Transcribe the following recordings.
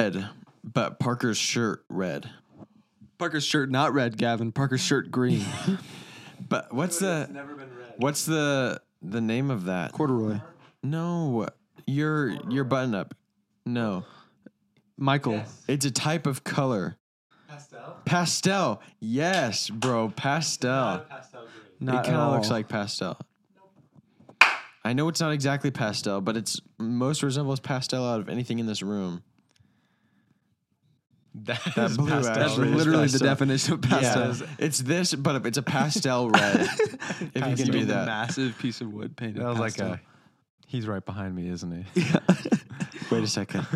red, but Parker's shirt red. Parker's shirt not red, Gavin. Parker's shirt green. But what's uh, the what's the the name of that? Corduroy. No, your your button up. No, Michael. it's a type of color. Pastel. Pastel. Yes, bro. Pastel. Not it at kind of looks all. like pastel. I know it's not exactly pastel, but it's most resembles pastel out of anything in this room. that blue pastel. ass That's Pastel. literally the Pastel. definition of pastel. Yeah, it's this, but it's a pastel red. if you can do that, massive piece of wood painted. That was like pastel. a. He's right behind me, isn't he? Wait a second.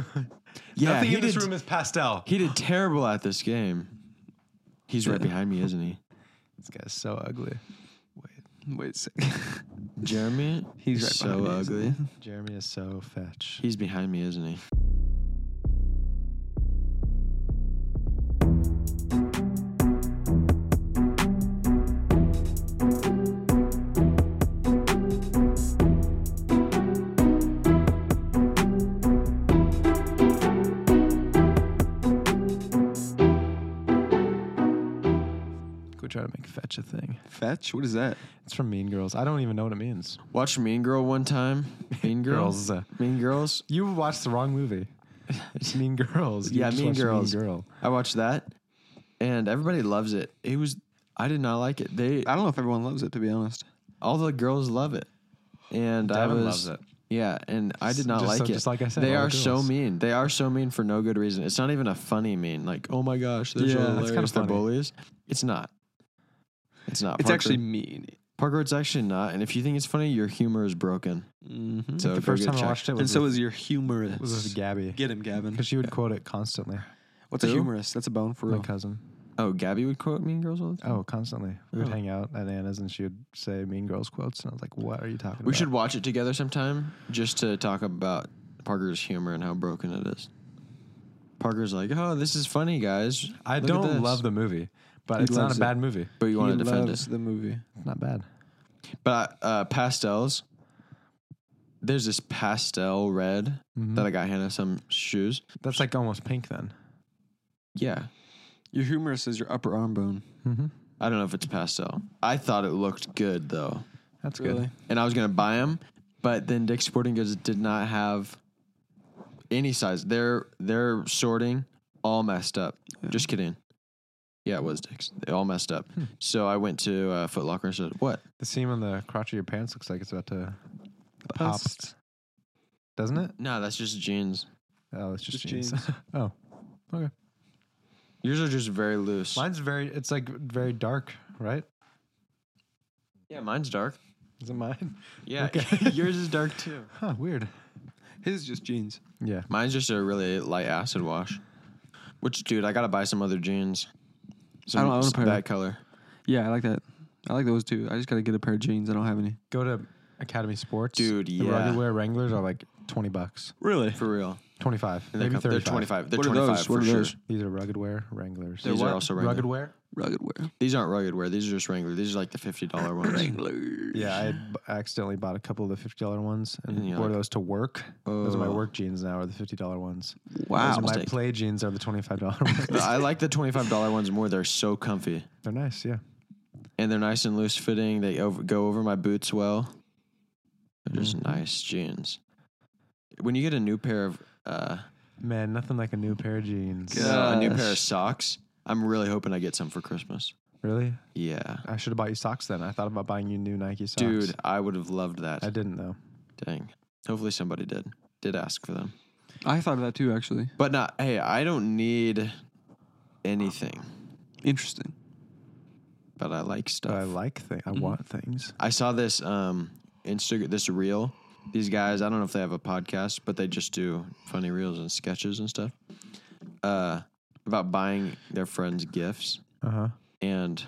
Yeah, Nothing he in this did- room is pastel. He did terrible at this game. He's right behind me, isn't he? This guy's so ugly. Wait a second. Jeremy, He's right so behind me, isn't ugly. he? Jeremy is so fetch. He's behind me, isn't he? Go try to make fetch a thing. Fetch? What is that? It's from Mean Girls. I don't even know what it means. Watch Mean Girl one time. Mean Girls. Girls. uh, Mean Girls. You watched the wrong movie. It's Mean Girls. You Yeah, just Mean watched Girls. Mean Girl. I watched that, and everybody loves it. It was. I did not like it. They I don't know if everyone loves it, to be honest. all the girls love it, and I Devin was. loves it. Yeah, and I did Just- not just like so- it. just like I said, they all the are so girls. mean. They are so mean for no good reason. It's not even a funny mean. Like, oh my gosh, they're so Yeah, that's hilarious. kinda they're funny. bullies. It's not. It's not. It's Parker. actually mean. Parker. It's actually not. And if you think it's funny, your humor is broken. Mm-hmm. So The go first get time I checked. watched it was and so with, is your humorous. was with Gabby Get him, Gavin. because she would quote it constantly. What's a Who? humorous? That's a bone for My real. cousin. Oh, Gabby would quote Mean Girls all the time. Oh, constantly. We would Oh. hang out at Anna's and she would say Mean Girls quotes, and I was like, "What are you talking about?" we should watch it together sometime just to talk about Parker's humor and how broken it is. Parker's like, oh, this is funny, guys. I Look at don't this." love the movie, but He it's not loves a it. bad movie. but you want he to defend loves it. the movie. It's not bad. But uh, pastels, there's this pastel red Mhm. that I got Hannah some shoes. That's like almost pink then. Yeah, Your humorous is your upper arm bone. Mm-hmm. I don't know if it's pastel. I thought it looked good though, That's Really? good. and I was gonna buy them, but then Dick's Sporting Goods did not have any size. Their their sorting all messed up. Just kidding. Yeah, it was Dick's. They all messed up. Hmm. So I went to uh, Foot Locker and said, "What? The seam on the crotch of your pants looks like it's about to pop, doesn't it? No, that's just jeans. Oh, it's just, Just jeans. jeans. oh, okay. Yours are just very loose. Mine's very. It's like very dark, right? yeah, mine's dark. Is it mine? Yeah, Okay. yours is dark too. Huh? Weird. His is just jeans. Yeah. Mine's just a really light acid wash. Which, dude, I gotta buy some other jeans. Some, I don't own a s- pair. that color. Yeah, I like that. I like those too. I just gotta get a pair of jeans. I don't have any. Go to Academy Sports, Dude, The yeah. rugged wear Wranglers are like twenty bucks, Really? For real. twenty five, And they're maybe com- thirty They're five. 25. They're What are 25 those? for What are sure. those? These are rugged wear Wranglers. These are what? also Wrangler. rugged wear. Rugged wear. These aren't rugged wear. These are just Wrangler. These are like the $50 ones. Wranglers. Yeah, I had b- accidentally bought a couple of the fifty dollar ones and And you're wore like, those to work. those are my "Oh." work jeans now, are the fifty dollar ones. Wow. Those are my Mistake. play jeans are the twenty five dollar ones. But I like the $25 ones more. They're so comfy. They're nice, yeah. And they're nice and loose fitting. They over, go over my boots well. They're Mm. just nice jeans. When you get a new pair of uh, Man, nothing like a new pair of jeans. Good. a new pair of Gosh. socks, I'm really hoping I get some for Christmas. Really? Yeah. I should have bought you socks then. I thought about buying you new Nike socks. Dude, I would have loved that. I didn't though. Dang. Hopefully somebody did did ask for them. I thought of that too, actually. But not hey, I don't need anything, Interesting. but I like But stuff. I I, like things. Mm-hmm. I want things. saw this um Instagram this reel. These guys, I don't know if they have a podcast, but they just do funny reels and sketches and stuff. Uh about buying their friends gifts Uh huh. and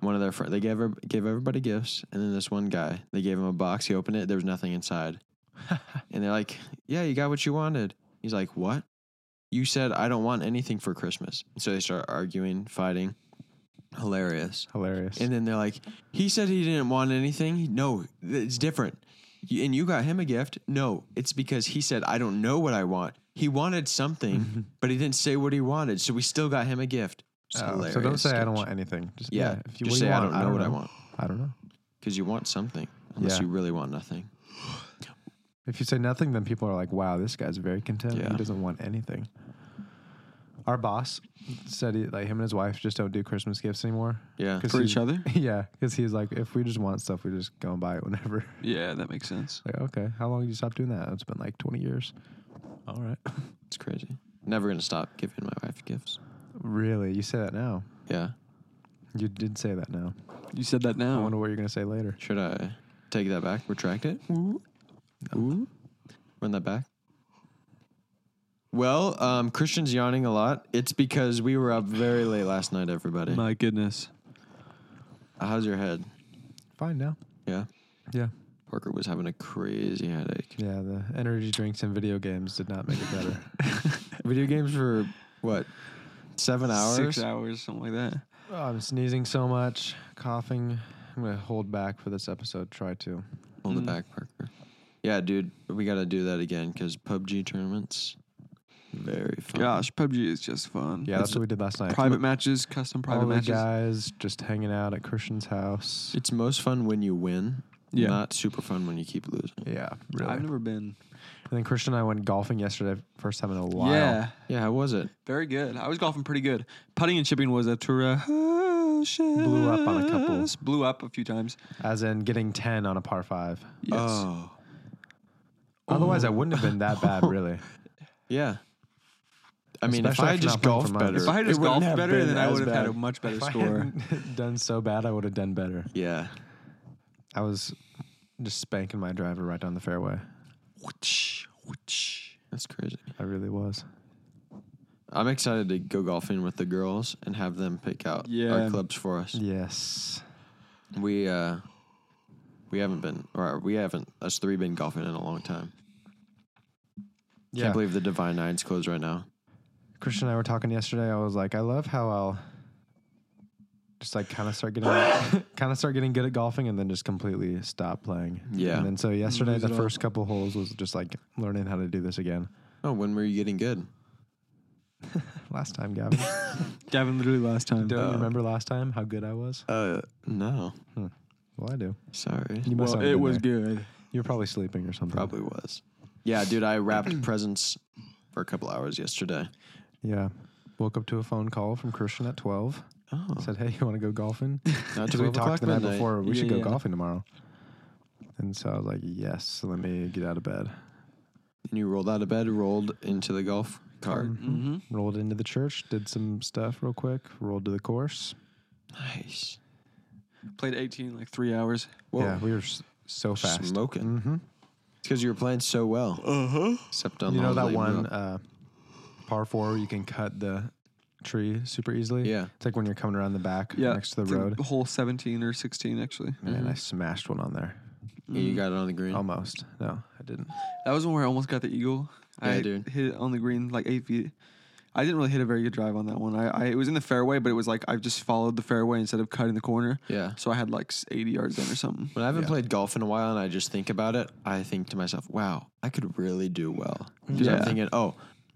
one of their friends they gave her, gave everybody gifts and then this one guy they gave him a box he opened it there was nothing inside and they're like yeah you got what you wanted he's like what you said i don't want anything for christmas so they start arguing fighting hilarious Hilarious. and then they're like he said he didn't want anything no it's different You- and you got him a gift no it's because he said i don't know what i want He wanted something, but he didn't say what he wanted, so we still got him a gift. It's Oh, hilarious so don't say I don't sketch. want anything. Just Yeah, if you, what just say do you I want? don't know what I want I don't know. because you want something, unless Yeah. you really want nothing. If you say nothing, then people are like, "Wow, this guy's very content. Yeah. He doesn't want anything." Our boss said he, like him and his wife just don't do Christmas gifts anymore. Yeah, 'Cause For he's- each other? Yeah, because he's like, if we just want stuff, we just go and buy it whenever. Yeah, that makes sense. like, okay, how long did you stop doing that? It's been like twenty years. All right. it's crazy. Never gonna stop giving my wife gifts. Really? You say that now? Yeah. You did say that now. You said that I now. wonder what you're gonna say later. Should I take that back? Retract it? Ooh. Run that back? Well, um, Christian's yawning a lot. It's because we were up very late last night, everybody. My goodness. How's your head? Fine now. Yeah. Yeah. Parker was having a crazy headache. Yeah. The energy drinks and video games did not make it better. Video games for what? Seven hours? Six hours, something like that. Oh, I'm sneezing so much, coughing. I'm gonna hold back for this episode. Try to. Hold it Mm. back, Parker. Yeah, dude, we got to do that again because PUBG tournaments, very fun. Gosh, PUBG is just fun. Yeah, It's that's what we did last night. private matches, custom private All the matches. guys just hanging out at Christian's house. It's most fun when you win. Yeah. Not super fun when you keep losing. Yeah, really. I've never been. and then Christian and I went golfing yesterday, first time in a while. Yeah, Yeah, how was it? very good. I was golfing pretty good. Putting and chipping was a tour. Blew up on a couple. Blew up a few times. As in getting ten on a par five. Yes. Oh. Otherwise, I wouldn't have been that bad, really. Yeah. I mean, if Especially I after had just not playing for golfed months. better, if I had it just wouldn't golfed have better, been then I as would have had a bad. much better If I score. hadn't done so bad, I would have done better. Yeah. I was just spanking my driver right down the fairway. That's crazy. I really was. I'm excited to go golfing with the girls and have them pick out Yeah. our clubs for us. Yes. We uh we haven't been or we haven't us three been golfing in a long time. Can't believe the Divine Nine's closed right now. Christian and I were talking yesterday. I was like, I love how I'll just like kind of start getting kind of start getting good at golfing and then just completely stop playing. Yeah. And then so yesterday Lose the it all. first couple holes was just like learning how to do this again. Oh, when were you getting good? Last time, Gavin. Gavin literally last time. Don't Oh. you remember last time how good I was? Uh no. Well, I do. Sorry. You must Well, not have it been was there. good. You were probably sleeping or something. Probably was. Yeah, dude, I wrapped presents for a couple hours yesterday. Yeah. Woke up to a phone call from Christian at twelve. Oh. Said, "Hey, you want to go golfing?" Not Because we talked the night before. We Yeah, should go yeah. golfing tomorrow. And so I was like, "Yes, let me get out of bed." And you rolled out of bed, rolled into the golf cart. Mm-hmm. rolled into the church, did some stuff real quick, rolled to the course. Nice. Played 18 like three hours. Whoa. Yeah, we were s- so fast. Smoking. Mm-hmm. It's because you were playing so well. Uh huh. Except on You the know that late one middle. uh, par four where you can cut the tree super easily? Yeah. It's like when you're coming around the back Yeah, next to the through road. Hole 17 or 16 actually. Man, I smashed one on there. Yeah, mm, you got it on the um, green. Almost. No, I didn't. That was one where I almost got the eagle. Yeah, I dude. hit it on the green like eight feet. I didn't really hit a very good drive on that one. I, I it was in the fairway, but it was like I just followed the fairway instead of cutting the corner. yeah. So I had like s- 80 yards in or something. When I haven't Yeah. played golf in a while and I just think about it, I think to myself, wow, I could really do well. Because Yeah. I'm thinking, oh,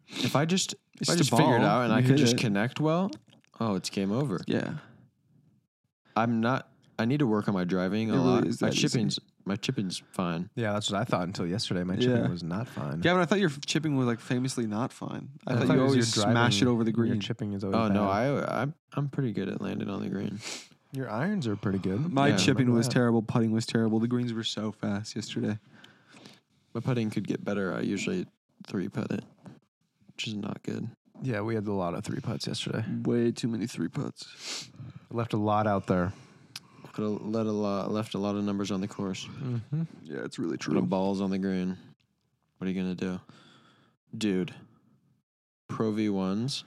if I just, if It's I the just figure it ball. out and You I could hit just it. connect well, oh, it's game over. Yeah, I'm not, I need to work on my driving a It really lot. is my that easy. chipping's, my chipping's fine. Yeah, that's what I thought until yesterday. My chipping Yeah. was not fine. Gavin, I thought your chipping was like famously not fine. I, thought, it you was your always smash it driving- over the Your green. chipping is always Oh, no, bad. I, I'm, I'm pretty good at landing on the green. Your irons are pretty good. My Yeah, I chipping remember was that. terrible. Putting was terrible. The greens were so fast yesterday. My putting could get better. I usually three putt it, which is not good. Yeah, we had a lot of three putts yesterday. Way too many three putts. Left a lot out there. Could have let a lot, left a lot of numbers on the course. Mm-hmm. Yeah, it's really Put a true. balls on the green. What are you gonna do, dude? Pro V ones,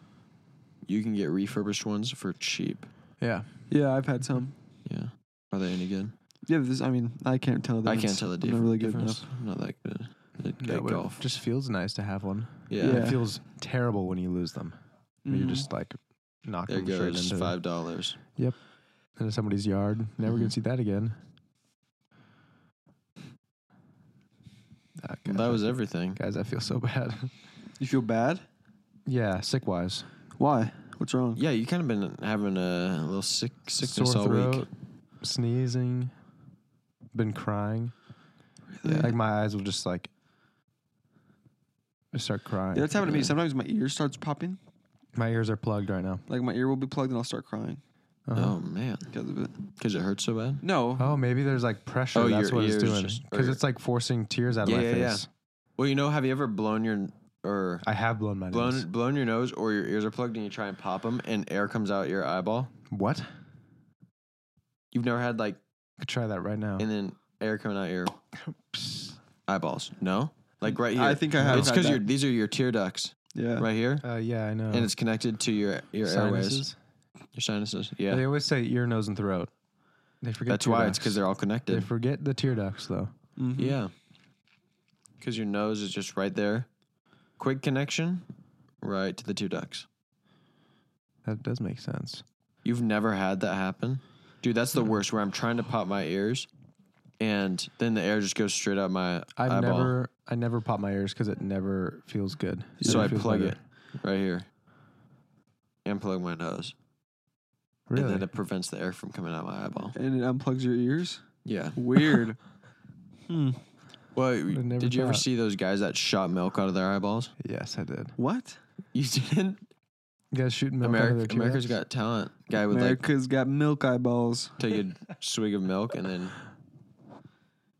you can get refurbished ones for cheap. Yeah. Yeah, I've had some. Yeah, are they any good? Yeah, this. I mean, I can't tell. I that can't it's- tell the I'm difference. not really good enough. difference. I'm not that good at, Yeah, at but golf. It just feels nice to have one. yeah, Mm-hmm. Yeah. It feels terrible when you lose them. You Mhm. just like knock there them straight goes into, five dollars. into somebody's yard. Never gonna Mhm. see that again. Ah, That guys, was I- everything. Guys, I feel so bad. You feel bad? Yeah, sick wise. Why? What's wrong? Yeah, you kind of been having a little sick sickness all week. sneezing, been crying. Yeah. Like my eyes will just like I start crying. Yeah, that's happened to me. Yeah. Sometimes my ear starts popping. my ears are plugged right now. Like my ear will be plugged and I'll start crying uh-huh. Oh man, because of it. because it hurts so bad. No. Oh, maybe there's like pressure. Oh, that's your what it's ears doing. just- or Because your- it's like forcing tears out of Yeah, my yeah, yeah. face. Well, you know, have you ever blown your or I have blown my blown nose. blown your nose or your ears are plugged and you try and pop them and air comes out your eyeball? What? I You've never had like could try that right now. and then air coming out your eyeballs? No, like right here. I think I have. It's had because that. your these are your tear ducts Yeah. Uh-huh. right here, Uh, yeah, I know. and it's connected to your your airways, Sinuses. your sinuses. Yeah, They always say ear, nose, and throat. They forget. that's tear why ducts. it's because they're all They connected. forget the tear ducts though. Mhm. Yeah. Because your nose is just right there. Quick connection, right to the two ducks. That does make sense. You've never had that happen? Dude, that's the worst where I'm trying to pop my ears and then the air just goes straight out my I've eyeball. never, I never pop my ears because it never feels good. so Never I feels plug better. it right here and plug my nose. And Really? then it prevents the air from coming out my eyeball. And it unplugs your ears. Yeah. Weird. hmm. Well, never did you ever thought. see those guys that shot milk out of their eyeballs? yes, I did. What? You didn't? You guys shooting milk out of their America, tear America's ducts? Got Talent guy would like America's got milk eyeballs. take a swig of milk and then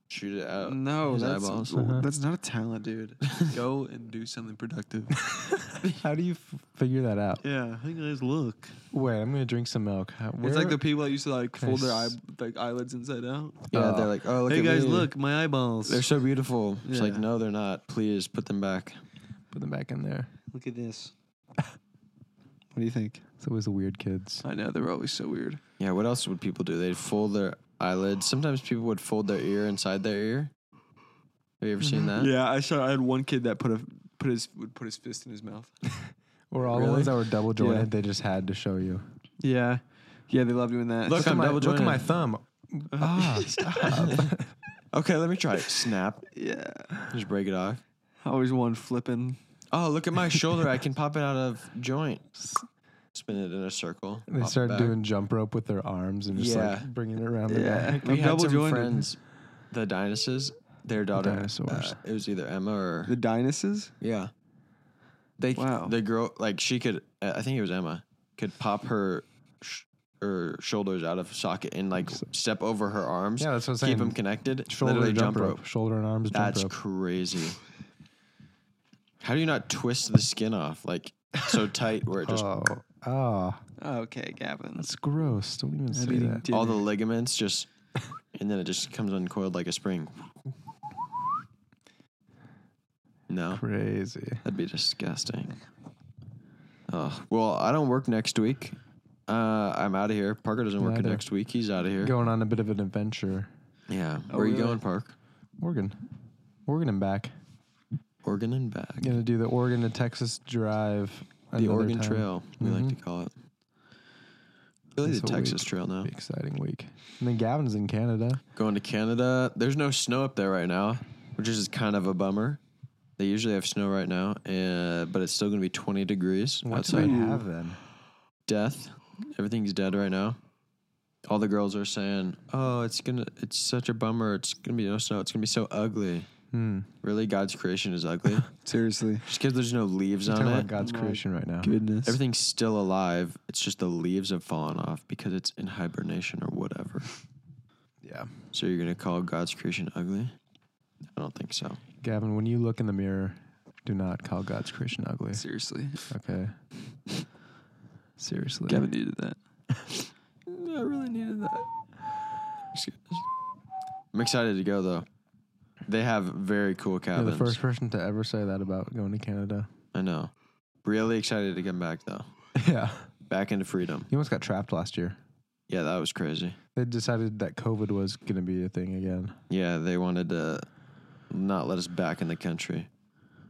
shoot it out. No, his Oh. that's, eyeballs. Uh-huh. that's not a talent, dude. Go and do something productive. How do you f- figure that out? yeah, hey guys, look. Wait, I'm gonna drink some milk. How- It's like where- the people that used to like fold their eye, Nice. like eyelids inside out. Yeah, Oh. they're like, oh, look hey at guys, me. look, my eyeballs. They're so beautiful. It's like, Yeah. no, they're not. Please put them back. put them back in there. look at this. what do you think? It's always the weird kids. I know they're always so weird. Yeah, what else would people do? They'd fold their eyelids. Sometimes people would fold their ear inside their ear. Have you ever seen Mm-hmm. that? Yeah, I saw. I had one kid that put a put his would put his fist in his mouth. Or all Really? the ones that were double jointed, Yeah. they just had to show you. Yeah, yeah, they love doing that. Look, at I'm my, double Look at my jointed. thumb. Ah, stop. Okay, let me try it. Snap. yeah, Just break it off. always one flipping. Oh, look at my shoulder. I can pop it out of joint. Spin it in a circle. they pop it start back. doing jump rope with their arms and just Yeah. like bringing it around their Yeah. back. We I'm had double some jointed. friends, the Dionysus, their daughter. Dinosaurs. uh, it was either Emma or The Dionysus? Yeah. They Wow. the girl like she could uh, I think it was Emma could pop her sh- her shoulders out of socket and like step over her arms. Yeah, that's what I'm keep saying. them connected. Shoulder literally and jump rope. Shoulder and arms That's jump rope. crazy. How do you not twist the skin off like so tight where it just Oh, ah, Okay, Gavin. that's gross. Don't even I'm say eating that. all the dinner. ligaments just and then it just comes uncoiled like a spring. No. Crazy. That'd be disgusting. Oh, well, I don't work next week. Uh, I'm out of here. Parker doesn't work Neither. next week. He's out of here. Going on a bit of an adventure. Yeah. Oh, Where are you really? going, Park? Oregon, Oregon and back. Oregon and back. Gonna do the Oregon to Texas drive. the another Oregon time. Trail, we like to call it. Really, This the whole Texas week. Trail now. Be exciting week. And then Gavin's in Canada. Going to Canada. There's no snow up there right now, which is kind of a bummer. They usually have snow right now, uh, but it's still going to be 20 degrees What do outside. they have then? death. Everything's dead right now. All the girls are saying, "Oh, it's gonna, it's such a bummer. It's gonna be no snow. It's gonna be so ugly." Hmm. Really, God's creation is ugly. Seriously. just because there's no leaves We're on talking it, about God's My creation right now. Goodness. everything's still alive. It's just the leaves have fallen off because it's in hibernation or whatever. Yeah. So you're gonna call God's creation ugly? I don't think so. Gavin, when you look in the mirror, do not call God's creation ugly. Seriously. Okay. Seriously. Gavin needed that. I really needed that. I'm excited to go though. They have very cool You're cabins. the first person to ever say that about going to Canada. I know. Really excited to come back though. yeah. Back into freedom. You almost got trapped last year. Yeah, that was crazy. They decided that COVID was going to be a thing again. Yeah, they wanted to not let us back in the country.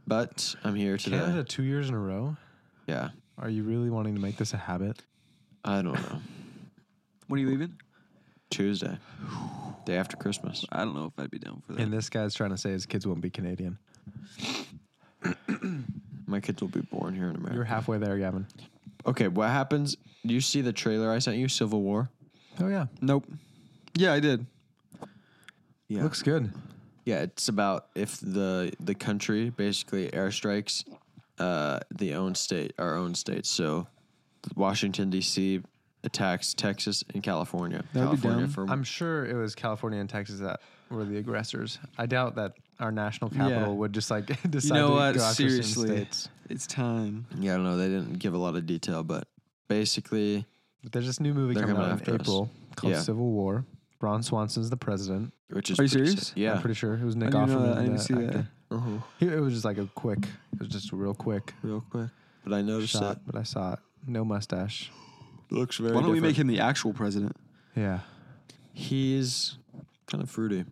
But I'm here today. Canada two years in a row? Yeah. Are you really wanting to make this a habit? I don't know. When are you leaving? Tuesday. Day after Christmas. I don't know if I'd be down for that. And this guy's trying to say his kids won't be Canadian. My kids will be born here in America. You're halfway there, Gavin. okay, what happens? Do you see the trailer I sent you, Civil War? Oh yeah, Nope. Yeah, I did. Yeah. looks good. Yeah, it's about if the the country basically airstrikes uh, the own state, our own state. So Washington D.C. attacks Texas and California. That'd be California dumb. for I'm sure it was California and Texas that were the aggressors. I doubt that our national capital Yeah. would just like decide You know to what? go after certain Seriously, states. it's time. yeah, I don't know. They didn't give a lot of detail, but basically, But there's this new movie They're coming coming out after in us. April called Yeah. Civil War. Ron Swanson's the president. which is Are you pretty serious? sick. Yeah, I'm pretty sure it was Nick I Offerman. didn't know that. I the didn't see that. actor. uh-huh. He- It was just like a quick. It was just real quick real quick. But I noticed shot, but I saw it. No mustache. it looks very. Why don't we different. make him the actual president? Yeah. He's kind of fruity.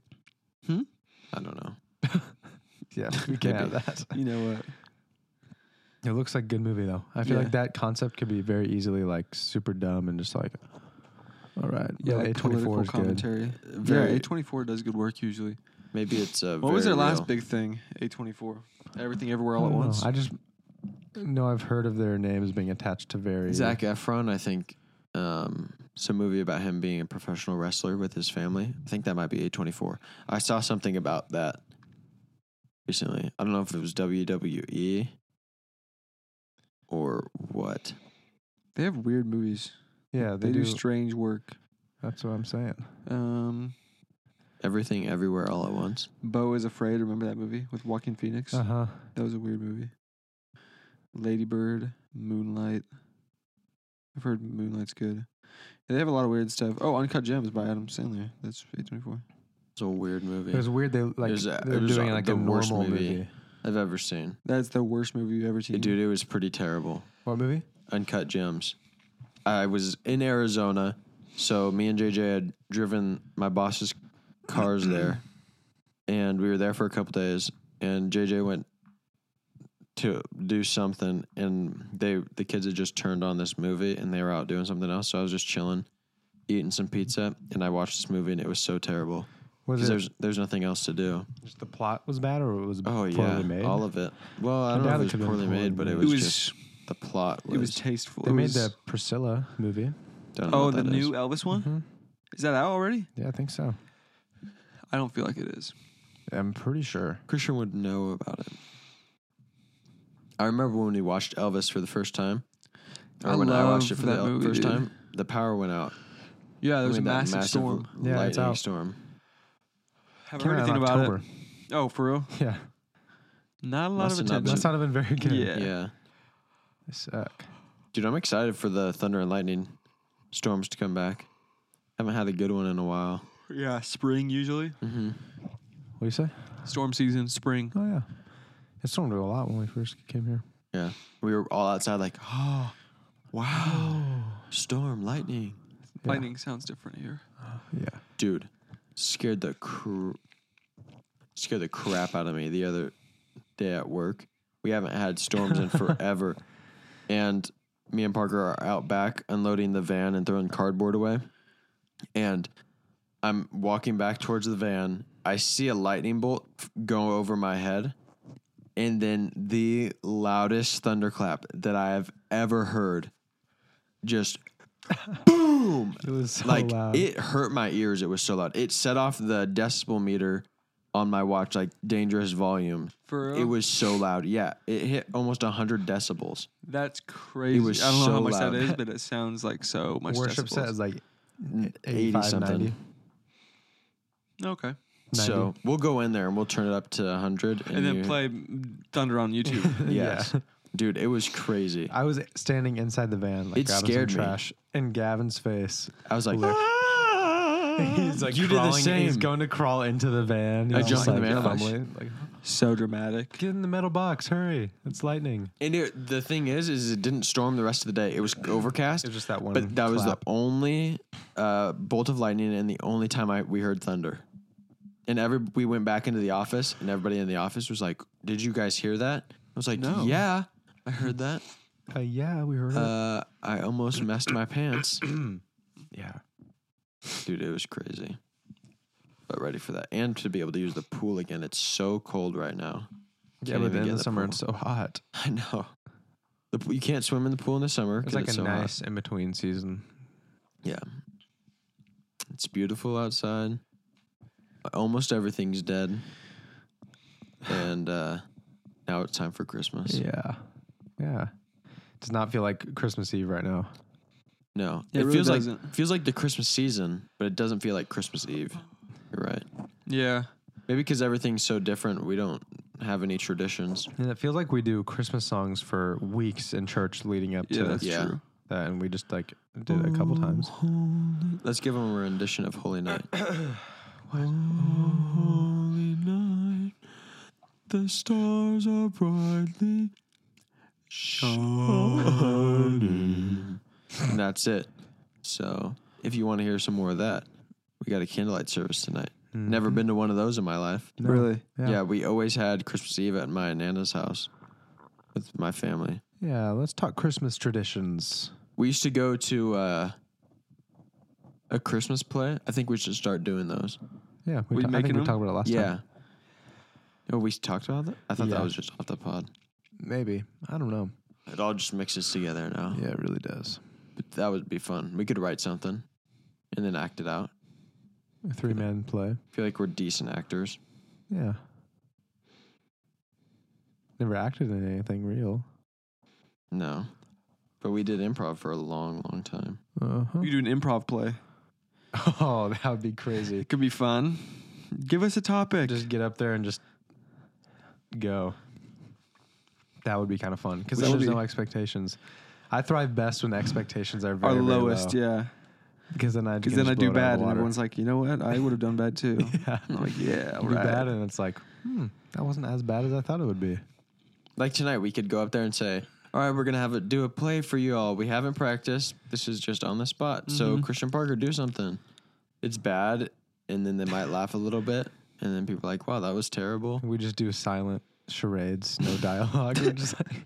Hmm? I don't know. Yeah, we can have Maybe. that. You know what? It looks like a good movie though. I feel Yeah. like that concept could be very easily like super dumb and just like, all right, yeah, A like twenty four political is good. commentary. Very- yeah, A24 does good work usually. Maybe it's a. What was their very last real- big thing? A24. Everything everywhere I all at don't know. once. I just no, I've heard of their names being attached to very Zach Efron, I think, um, some movie about him being a professional wrestler with his family. I think that might be A24. I saw something about that recently. I don't know if it was WWE or what. They have weird movies. Yeah, They, do, strange work. that's what I'm saying. Um, Everything, everywhere, all at once. Bo is Afraid. Remember that movie with Joaquin Phoenix? Uh Uh-huh. huh. That was a weird movie. Ladybird, Moonlight. I've heard Moonlight's good. Yeah, they have a lot of weird stuff. Oh, Uncut Gems by Adam Sandler. That's A24. It's a weird movie It was weird. They like was a- they were it was doing a- like the a worst normal movie. movie. I've ever seen. That's the worst movie you've ever seen. Dude, it was pretty terrible. What movie? Uncut Gems. I was in Arizona, so me and JJ had driven my boss's cars there, and we were there for a couple days. And JJ went to do something, and they the kids had just turned on this movie, and they were out doing something else. So I was just chilling, eating some pizza, and I watched this movie, and it was so terrible because Was it there's there's nothing else to do. just the plot was bad or it was Oh poorly yeah, made? all of it. Well, I don't know if doubt it it was could've been poorly poorly made, but it made. it was, was just the plot. Was, it was tasteful. they It made was- the Priscilla movie. don't know Oh, what the that is. new Elvis one? Mhm. Is that out already? Yeah, I think so. I don't feel like it is. I'm pretty sure. Christian would know about it. I remember when we watched Elvis for the first time, or I when I watched it love for the that el- movie, first dude. time. The power went out. Yeah, there was I a mean, that massive, storm. l- Yeah, it's lightning out. storm. Haven't Came heard out in anything about October. it. Oh, for real? Yeah, Not a lot Must of have not attention. been- that's not even very good. Yeah. Yeah. They suck. dude, I'm excited for the thunder and lightning storms to come back. Haven't had a good one in a while. Yeah, spring usually. Mm-hmm. What do you say? Storm season, spring. Oh yeah, it stormed a lot when we first came here. Yeah, we were all outside like, oh, wow, storm, lightning, Yeah. Lightning sounds different here. Yeah, dude, scared the cr- scared the crap out of me the other day at work. We haven't had storms in forever, and me and Parker are out back unloading the van and throwing cardboard away. And I'm walking back towards the van. I see a lightning bolt f- go over my head, and then the loudest thunderclap that I have ever heard just boom it was so like loud. it hurt my ears. It was so loud. It set off the decibel meter on my watch, like dangerous volume. For real? It was so loud. Yeah, it hit almost hundred decibels. That's crazy. was I don't know so how much loud. that is, but it sounds like so much. worship decibels. set is like Eighty 85, something. 90. okay, 90. So we'll go in there and we'll turn it up to hundred, and, and then you- play Thunder on YouTube. Yes, Yeah. dude, it was crazy. I, I was standing inside the van, like It grabbing scared me. some trash, in Gavin's face. was like, Look. "Ah!" He's like you crawling, did the same. He's going to crawl into the van. I He's just, jumped in the like, van, like- fumbling, like, so dramatic. get in the metal box, hurry! It's lightning. And it, the thing is, is it didn't storm the rest of the day. It was overcast. It was just that one But that was the clap. only uh, bolt of lightning and the only time I we heard thunder. And every we went back into the office, and everybody in the office was like, "Did you guys hear that?" I was like, No. "Yeah, I heard that. Uh, yeah, we heard it. Uh, I almost messed my pants, Yeah, dude. It was crazy." But ready for that, and to be able to use the pool again. It's so cold right now. Yeah, Can't but even then get in in the the summer pool. it's so hot. I know. The, pool- you can't swim in the pool in the summer. It's 'cause like a so hot. nice in between season. Yeah. It's beautiful outside. Almost everything's dead. And uh now it's time for Christmas. Yeah, yeah. Does not feel like Christmas Eve right now. No. Yeah, it it really feels like doesn't. feels like the Christmas season, but it doesn't feel like Christmas Eve. You're right. Yeah. Maybe because everything's so different, we don't have any traditions. And it feels like we do Christmas songs for weeks in church leading up Yeah, to that's that, Yeah. true. and we just like did it a couple times. Let's give them a rendition of Holy Night. Holy night, the stars are brightly shining. and that's it. So, if you want to hear some more of that, we got a candlelight service tonight. Never Mm-hmm. been to one of those in my life. No. Really? Mm-hmm. Yeah. Yeah. yeah, we always had Christmas Eve at my nana's house with my family. Let's talk Christmas traditions. We used to go to uh, a Christmas play. I think we should start doing those. Yeah, we, We ta- I think making we them? talked about it last yeah. time. Oh, we talked about that? I thought that Yeah. was just off the pod. Maybe I don't know. It all just mixes together now. Yeah, it really does. But that would be fun. We could write something and then act it out. A three man play. I feel like we're decent actors. Yeah. Never acted in anything real. No. But we did improv for a long, long time. Uh-huh. You do an improv play. Oh, that would be crazy. It could be fun. Give us a topic. Just get up there and just go. That would be kind of fun because We there's should no be- expectations. I thrive best when expectations are very, our lowest, yeah. Because then I Because can then I just do blow it out bad, of the and water. everyone's like, you know what? I would have done bad too. yeah, I'm like, "Hmm, yeah, You do right. bad, and it's like, hmm, that wasn't as bad as I thought it would be. Like tonight, we could go up there and say, all right, we're going to have a, do a play for you all. We haven't practiced. This is just on the spot. Mm-hmm. So, Christian Parker, do something. It's bad. And then they might laugh a little bit. And then people are like, wow, that was terrible. We just do silent charades, no dialogue. We're just like,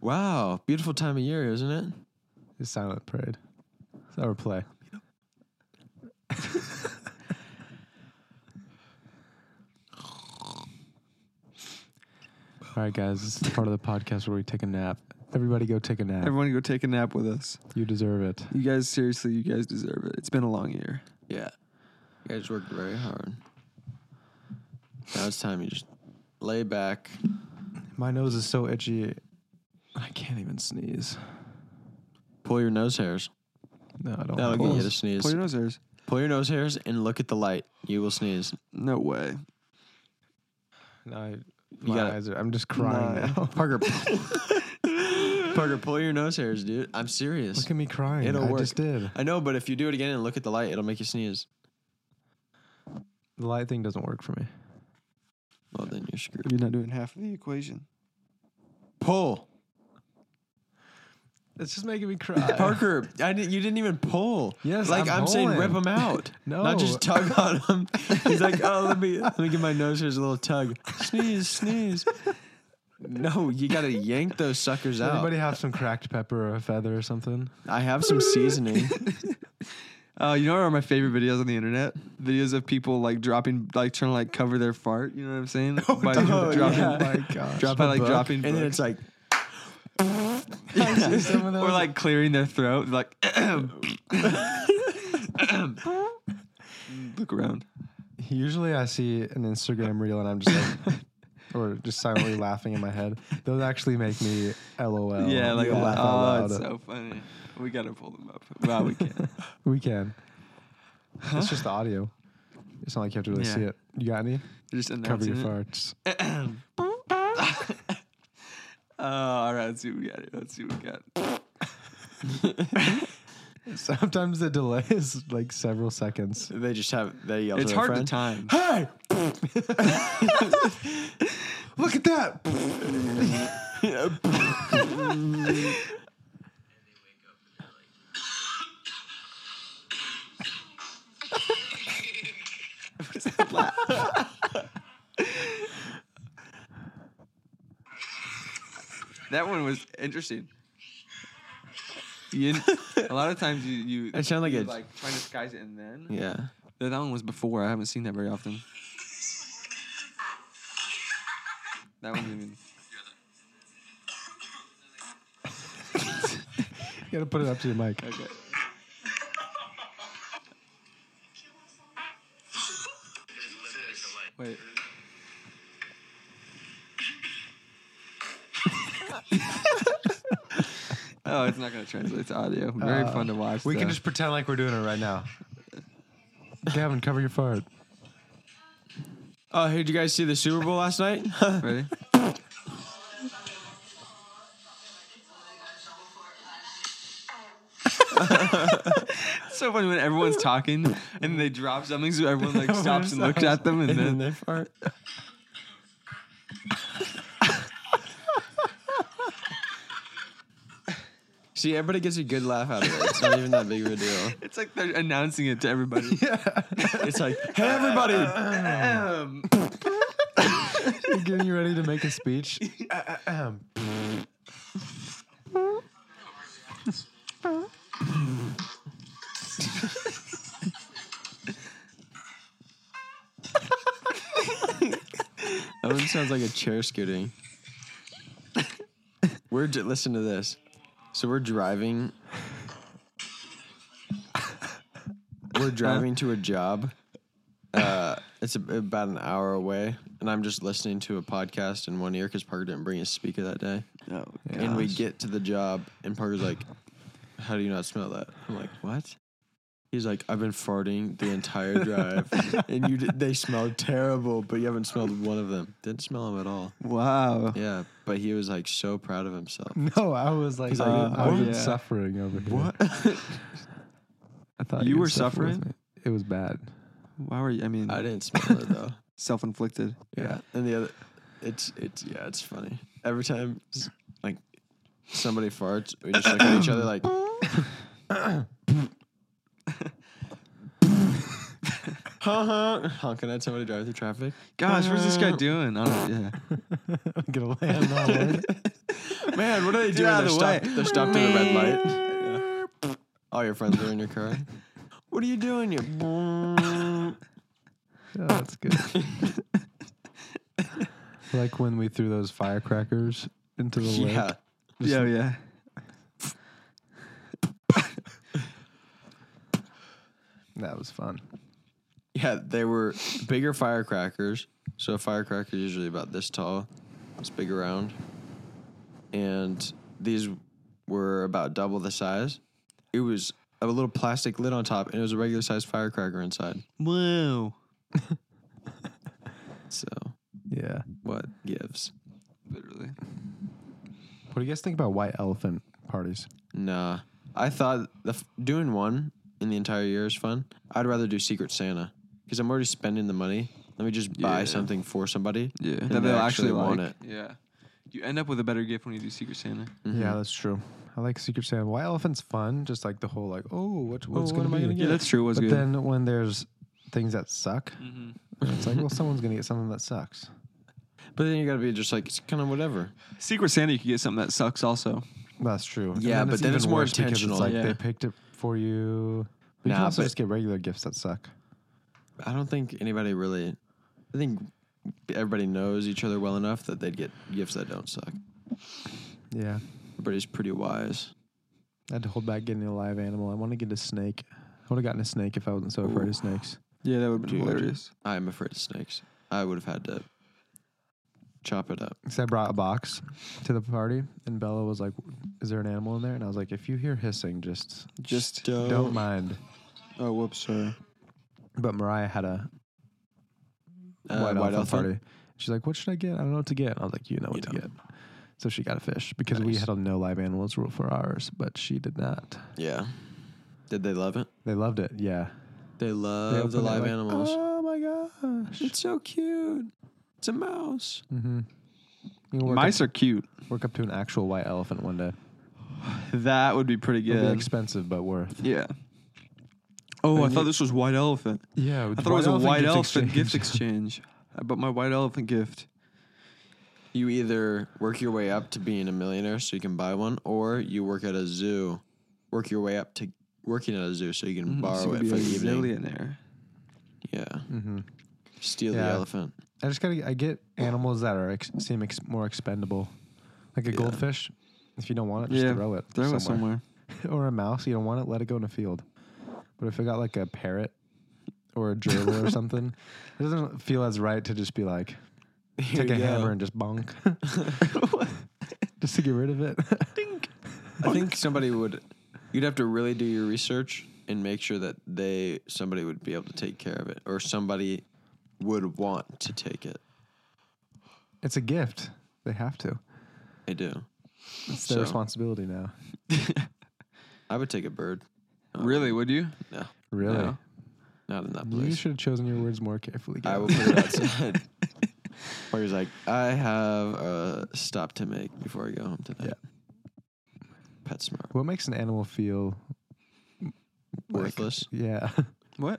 Wow, beautiful time of year, isn't it? it's silent parade or play. All right, guys, this is the part of the podcast where we take a nap. Everybody, go take a nap. Everyone go take a nap with us. You deserve it. You guys, seriously, you guys deserve it. It's been a long year. Yeah. You guys worked very hard. Now it's time you just lay back. My nose is so itchy, I can't even sneeze. Pull your nose hairs. No, I don't. That'll want get you those. to sneeze. Pull your nose hairs. Pull your nose hairs and look at the light. You will sneeze. No way. No, I, You my gotta- eyes are. I'm just crying No. now. Parker, Parker, pull your nose hairs, dude. I'm serious. Look at me crying. It'll I work. just did. I know, but if you do it again and look at the light, it'll make you sneeze. The light thing doesn't work for me. Well, then you're screwed. You're not doing half of the equation. Pull. It's just making me cry. Parker, I didn't, you didn't even pull. Yes, like I'm, I'm saying, rip pulling. them out. No. not just tug on them. He's like, oh, let me let me give my nose here's a little tug. Sneeze, sneeze. No, you gotta yank those suckers out. Anybody have some cracked pepper or a feather or something? I have some seasoning. Uh, you know what are my favorite videos on the internet? Videos of people like dropping, like trying to like cover their fart. You know what I'm saying? Oh, by dude, dropping, yeah. by, gosh. by like dropping, and then it's books. like, some of those. or like clearing their throat. Like, look around. Usually I see an Instagram reel and I'm just like, or just silently laughing in my head. Those actually make me LOL. yeah, like laugh oh, out it's loud. so funny. We gotta pull them up. Wow, we can. we can. It's just the audio. It's not like you have to really Yeah. see it. You got any? Just Cover announcing your it. Eh. farts. Oh, all right, let's see what we got. Here. Let's see what we got. Sometimes the delay is like several seconds. they just have they yell. It's to their hard friend, to time. Hey! Look at that! That one was interesting. You, a lot of times you you It sounded like you a- like trying to disguise it and then Yeah, that one was before. I haven't seen that very often. That one's even. You gotta put it up to your mic. Okay. Wait. oh, it's not gonna translate to audio. Very fun to watch. Uh, We can though. just pretend like we're doing it right now. Gavin, cover your fart. Oh, hey, did you guys see the Super Bowl last night? ready. It's so funny when everyone's talking and they drop something, so everyone like stops and looks at them, and then they fart. See, everybody gets a good laugh out of it. It's not even that big of a deal. it's like they're announcing it to everybody. It's like, hey, everybody! Ahem. You're getting you ready to make a speech. Ahem. That one sounds like a chair scooting. We're dri- listen to this. So we're driving. We're driving to a job. Uh, it's a, about an hour away, and I'm just listening to a podcast in one ear because Parker didn't bring his speaker that day. Oh, And we gosh. get to the job, and Parker's like, "How do you not smell that?" I'm like, "What?" He's like, "I've been farting the entire drive, and you did, they smelled terrible, but you haven't smelled one of them. Didn't smell them at all. wow. Mm. Yeah, but he was like so proud of himself. No, I was like, He's like, uh, I've what? been Yeah. suffering over here. What? I thought You you'd were suffer with suffering? me. It was bad. Why were you? I mean, I didn't smell it though. self-inflicted. Yeah, and the other, it's it's yeah, it's funny. Every time s- like somebody farts, we just look at each other like. Huh, huh, honking at somebody driving through traffic. Gosh, what's this guy doing? I don't, yeah. I'm gonna land on it. Man, what are they doing? out They're, of the stopped, way. they're stopped at a red light. Yeah. All your friends are in your car. What are you doing? You. Oh, that's good. like when we threw those firecrackers into the lake. yeah. Yeah, yeah. That was fun. Yeah, they were bigger firecrackers. So a firecracker is usually about this tall. It's big around. And these were about double the size. It was a little plastic lid on top and it was a regular sized firecracker inside. Whoa. So Yeah. what gives? Literally. What do you guys think about white elephant parties? Nah. I thought the f- doing one in the entire year is fun. I'd rather do Secret Santa because I'm already spending the money. Let me just buy Yeah. something for somebody. Yeah. And they actually want like. Yeah. You end up with a better gift when you do Secret Santa. Mm-hmm. Yeah, that's true. I like Secret Santa. White elephant's fun. Just like the whole like, oh, what, what's what gonna am I be? gonna Yeah, Yeah. that's true. It was But good. then when there's things that suck, Mhm. it's like, well, someone's gonna get something that sucks. But then you got to be just like, it's kind of whatever. Secret Santa, you could get something that sucks also. That's true. And Yeah, but then even it's more worse because intentional. It's like Yeah. they picked it for you. But you can Nah, also but- just get regular gifts that suck. I don't think anybody really. I think everybody knows each other well enough that they'd get gifts that don't suck. Yeah. Everybody's pretty wise. I had to hold back getting a live animal. I want to get a snake. I would have gotten a snake if I wasn't so afraid of snakes. Yeah, that would have been Dude. hilarious. I'm afraid of snakes. I would have had to chop it up. Because I brought a box to the party, and Bella was like, "Is there an animal in there?" And I was like, "If you hear hissing, just Just. don't mind." Oh, whoops. Sorry. But Mariah had a Uh, white, white elephant elephant? party. She's like, "What should I get? I don't know what to get." And I was like, "You know what You to know. get." So she got a fish because we Nice. had a no live animals rule for ours, but she did not. Yeah. Did they love it? They loved it. Yeah, They They love the opened it live like, animals. Oh my gosh! It's so cute. It's a mouse. Mm-hmm. You can work, Mice up, are cute. work up to an actual white elephant one day. That would be pretty It'd be good. expensive but worth. yeah. Oh, I And thought you- this was white elephant. Yeah, I thought it was a white elephant gift exchange. I bought my white elephant gift. You either work your way up to being a millionaire so you can buy one, or you work at a zoo, work your way up to working at a zoo so you can Mhm. borrow So it it'd be for a the evening. Millionaire. Yeah. Mm-hmm. Steal Yeah. the elephant. I just gotta. I get animals that are ex- seem ex- more expendable, like a Yeah. goldfish. If you don't want it, just Yeah, throw it. Throw it somewhere. somewhere. or a mouse. You don't want it. Let it go in a field. But if I got like a parrot or a gerbil or something, it doesn't feel as right to just be like Here take you a go. hammer and just bonk, just to get rid of it. I think somebody would. You'd have to really do your research and make sure that they somebody would be able to take care of it, or somebody would want to take it. it's a gift. They have to. They do. It's their So- responsibility now. I would take a bird. Um, Really? Would you? No, Really. No. not in that You place. should have chosen your words more carefully. I Gavin. will put it outside. Where he's like, I have a stop to make before I go home tonight. Pet smart, What makes an animal feel like- worthless. yeah, What?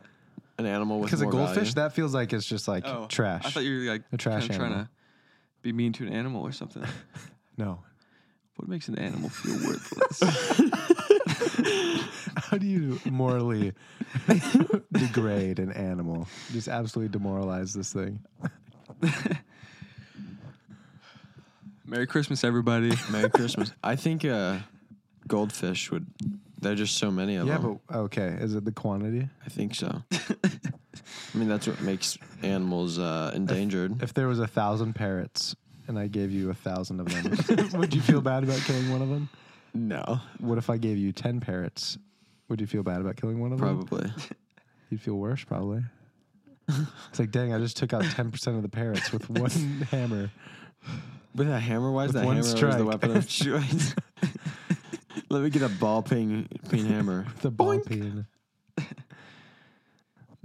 An animal with because a more value. goldfish that feels like it's just like Oh, trash. I thought you were like A trash kinda trying animal. to be mean to an animal or something. no, what makes an animal feel worthless? how do you morally degrade an animal? Just absolutely demoralize this thing. Merry Christmas, everybody. Merry Christmas. I think uh, goldfish would. There are just so many of Yeah, them. but okay, is it the quantity? I think so. I mean, that's what makes animals uh, endangered. If there was a thousand parrots and I gave you a thousand of them, would you feel bad about killing one of them? No, What if I gave you ten parrots? Would you feel bad about killing one of them? probably. You'd feel worse, probably. it's like, dang, I just took out 10% of the parrots with one hammer. With a hammer, why is With that one hammer always the strike. weapon of choice? Let me get a ball peen, peen hammer. The ball peen.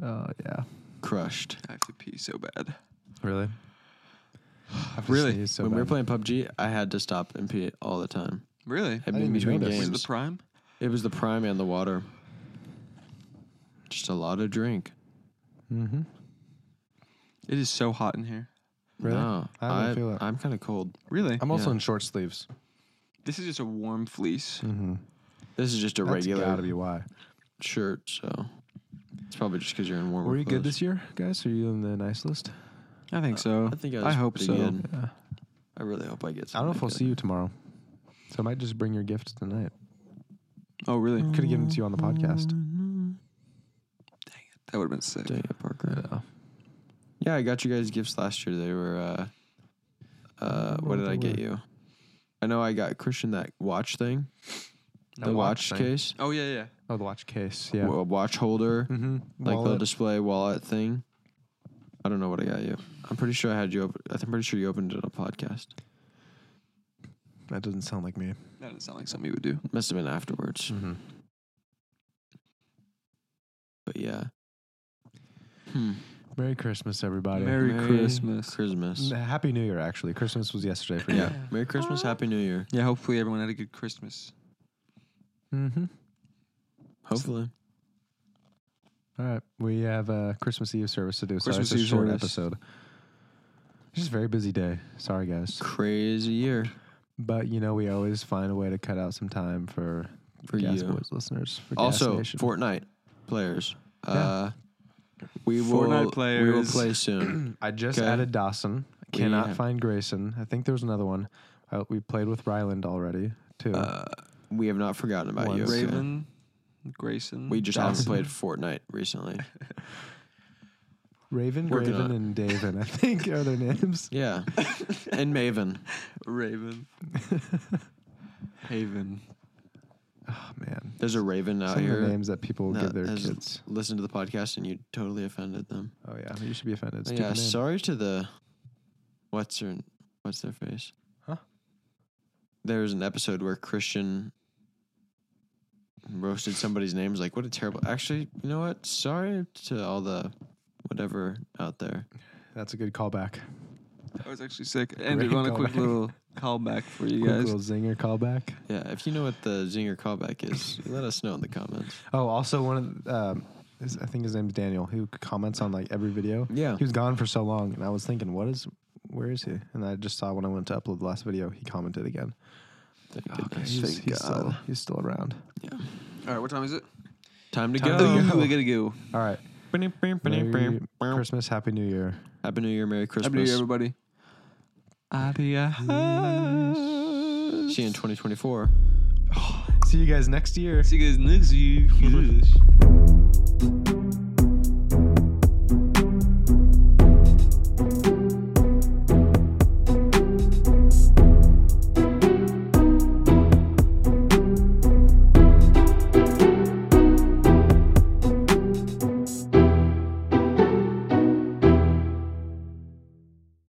Oh, yeah. Crushed. I have to pee so bad. Really? Really? So when we were playing bad. PUBG, I had to stop and pee all the time. Really? I didn't mean, even between notice. Was games, the prime? it was the prime and the water. Just a lot of drink. mm-hmm. It is so hot in here. Really? No, I don't feel it. I'm kind of cold. Really? I'm also Yeah. in short sleeves. This is just a warm fleece. Mm-hmm. This is just a regular gotta be why. shirt, so it's probably just because you're in warmer. Were you clothes. good this year, guys? Are you in the nice list? I Uh, think so. I think I, I was hope pretty so. Good. Yeah. I really hope I get. I don't know if something we'll good. see you tomorrow. So I might just bring your gift tonight. Oh, really? Could have given it to you on the Mm. podcast. That would have been sick. Dang it, Parker. Yeah, I got you guys gifts last year. They were. uh uh remember What what did they I get were. you? I know I got Christian that watch thing, the watch, case, Oh, yeah, yeah. Oh, the watch case. Yeah. wa- watch holder, Mm-hmm. like the display wallet thing. I don't know what I got you. I'm pretty sure I had you. Open, I'm pretty sure you opened it on a podcast. that doesn't sound like me. That doesn't sound like something you would do. Must have been afterwards. Mm-hmm. But yeah. Hmm. Merry Christmas, everybody. Merry, Merry Christmas. Christmas. N- Happy New Year, actually. Christmas was yesterday for you. Yeah. Merry Christmas. Happy New Year. yeah, hopefully everyone had a good Christmas. Mm-hmm. Hopefully. All right. We have a Christmas Eve service to do. Sorry, Christmas it's a Eve short service. episode. It's just a very busy day. Sorry, guys. Crazy year But, you know, we always find a way to cut out some time for, for Gas you. Boys listeners. For Gas Also, Nation. Fortnite players. Yeah. Uh, we Fortnite will. We will players. play soon. I just 'Kay. added Dawson. I We cannot have- find Grayson. I think there was another one. Uh, we played with Ryland already, too. uh, we have not forgotten about you. Once. okay? Raven, Grayson. We just Dawson. haven't played Fortnite recently. Raven, working on Graven, and Daven, I think, are their names. Yeah, and Maven. Raven. Haven. Oh, man. There's a Raven out Some of the here. names that people that give their has kids. Listen to the podcast, and you totally offended them. Oh yeah, you should be offended. Stupid yeah, name. sorry to the. What's her? What's their face? Huh? There was an episode where Christian roasted somebody's name. He's Like, what a terrible. Actually, you know what? Sorry to all the whatever out there. That's a good callback. That was actually sick. Ended Great on a quick callback. little callback for you Quick guys. little zinger callback. Yeah, if you know what the zinger callback is, let us know in the comments. Oh, also one of the, um, his, I think his name's Daniel, who comments on like every video. Yeah. He was gone for so long, and I was thinking, what is, where is he? And I just saw when I went to upload the last video, he commented again. Oh, Thank Okay, goodness. Ah, He's, Thank he's still, God. he's still around. Yeah. All right, what time is it? Time to go. Time to Ooh, we gotta go. All right, Merry Christmas, Happy New Year. Happy New Year, Merry Christmas. Happy New Year, everybody. Adios. See you in 2024. See you guys next year. See you guys next year.